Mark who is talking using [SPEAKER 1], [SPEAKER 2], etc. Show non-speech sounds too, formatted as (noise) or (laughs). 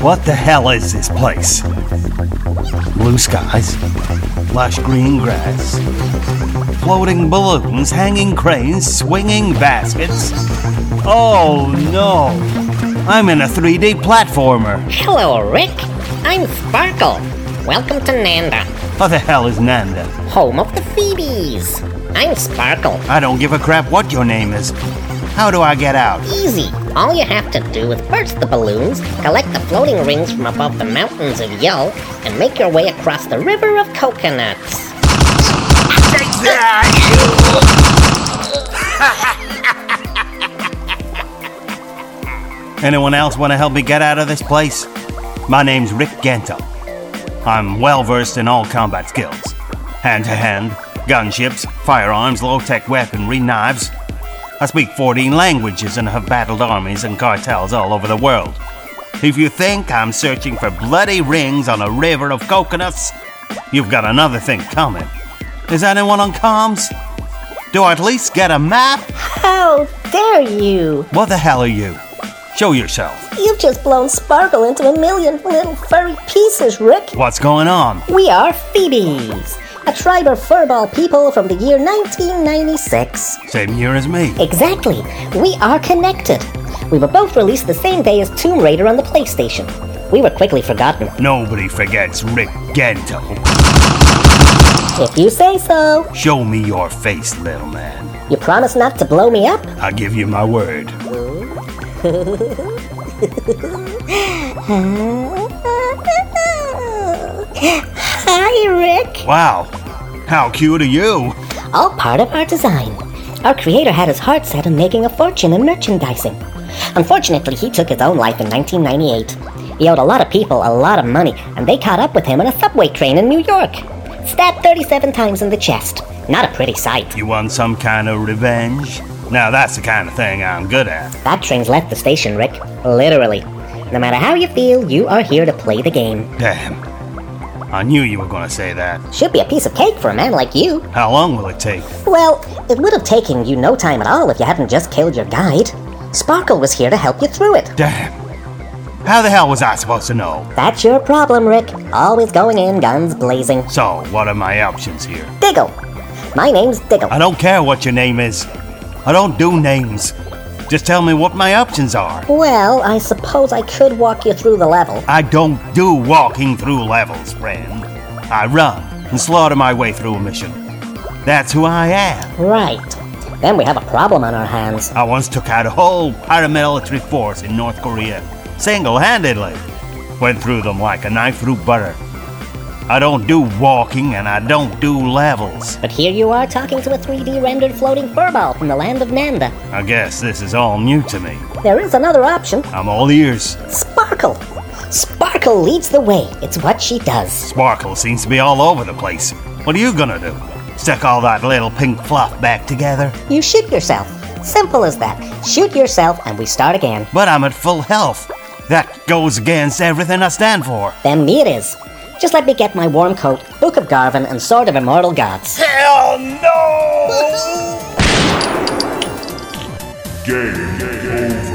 [SPEAKER 1] What the hell is this place? Blue skies, lush green grass, floating balloons, hanging cranes, swinging baskets. Oh no! I'm in a 3D platformer.
[SPEAKER 2] Hello, Rick. I'm Sparkle. Welcome to Nanda,
[SPEAKER 1] What the hell is Nanda?
[SPEAKER 2] home of the Phoebes. I'm Sparkle.
[SPEAKER 1] I don't give a crap what your name is. How do I get out?
[SPEAKER 2] Easy. All you have to do is burst the balloons, collect the floating rings from above the mountains of Yo, and make your way across the river of coconuts.
[SPEAKER 1] Anyone else want to help me get out of this place? My name's Rick Gento. I'm well versed in all combat skills hand to hand, gunships, firearms, low tech weaponry, knives. I speak 14 languages and have battled armies and cartels all over the world. If you think I'm searching for bloody rings on a river of coconuts, you've got another thing coming. Is anyone on comms? Do I at least get a map?
[SPEAKER 3] How dare you!
[SPEAKER 1] What the hell are you? Show yourself.
[SPEAKER 3] You've just blown Sparkle into a million little furry pieces, Rick!
[SPEAKER 1] What's going on?
[SPEAKER 3] We are Phoebes, a tribe of furball people from the year 1996.
[SPEAKER 1] Same year as me.
[SPEAKER 3] Exactly. We are connected. We were both released the same day as Tomb Raider on the PlayStation. We were quickly forgotten.
[SPEAKER 1] Nobody forgets Rick Gento.
[SPEAKER 3] If you say so.
[SPEAKER 1] Show me your face, little man.
[SPEAKER 3] You promise not to blow me up?
[SPEAKER 1] I give you my word.
[SPEAKER 3] (laughs) Hi, Rick.
[SPEAKER 1] Wow. How cute are you?
[SPEAKER 3] All part of our design. Our creator had his heart set on making a fortune in merchandising. Unfortunately, he took his own life in 1998. He owed a lot of people a lot of money, and they caught up with him on a subway train in New York. Stabbed 37 times in the chest. Not a pretty sight.
[SPEAKER 1] You want some kind of revenge? Now that's the kind of thing I'm good at.
[SPEAKER 3] That train's left the station, Rick. Literally. No matter how you feel, you are here to play the game.
[SPEAKER 1] Damn. I knew you were gonna say that.
[SPEAKER 3] Should be a piece of cake for a man like you.
[SPEAKER 1] How long will it take?
[SPEAKER 3] Well, it would have taken you no time at all if you hadn't just killed your guide. Sparkle was here to help you through it.
[SPEAKER 1] Damn. How the hell was I supposed to know?
[SPEAKER 3] That's your problem, Rick. Always going in, guns blazing.
[SPEAKER 1] So, what are my options here?
[SPEAKER 3] Diggle. My name's Diggle.
[SPEAKER 1] I don't care what your name is. I don't do names. Just tell me what my options are.
[SPEAKER 3] Well, I suppose I could walk you through the level.
[SPEAKER 1] I don't do walking through levels, friend. I run and slaughter my way through a mission. That's who I am.
[SPEAKER 3] Right. Then we have a problem on our hands.
[SPEAKER 1] I once took out a whole paramilitary force in North Korea, single handedly. Went through them like a knife through butter. I don't do walking and I don't do levels.
[SPEAKER 3] But here you are talking to a 3D rendered floating furball from the land of Nanda.
[SPEAKER 1] I guess this is all new to me.
[SPEAKER 3] There is another option
[SPEAKER 1] I'm all ears.
[SPEAKER 3] Sparkle. Sparkle leads the way. It's what she does.
[SPEAKER 1] Sparkle seems to be all over the place. What are you gonna do? Stick all that little pink fluff back together?
[SPEAKER 3] You shoot yourself. Simple as that. Shoot yourself, and we start again.
[SPEAKER 1] But I'm at full health. That goes against everything I stand for.
[SPEAKER 3] Then me it is. Just let me get my warm coat, Book of Garvin, and Sword of Immortal Gods.
[SPEAKER 1] Hell no!
[SPEAKER 4] Game over.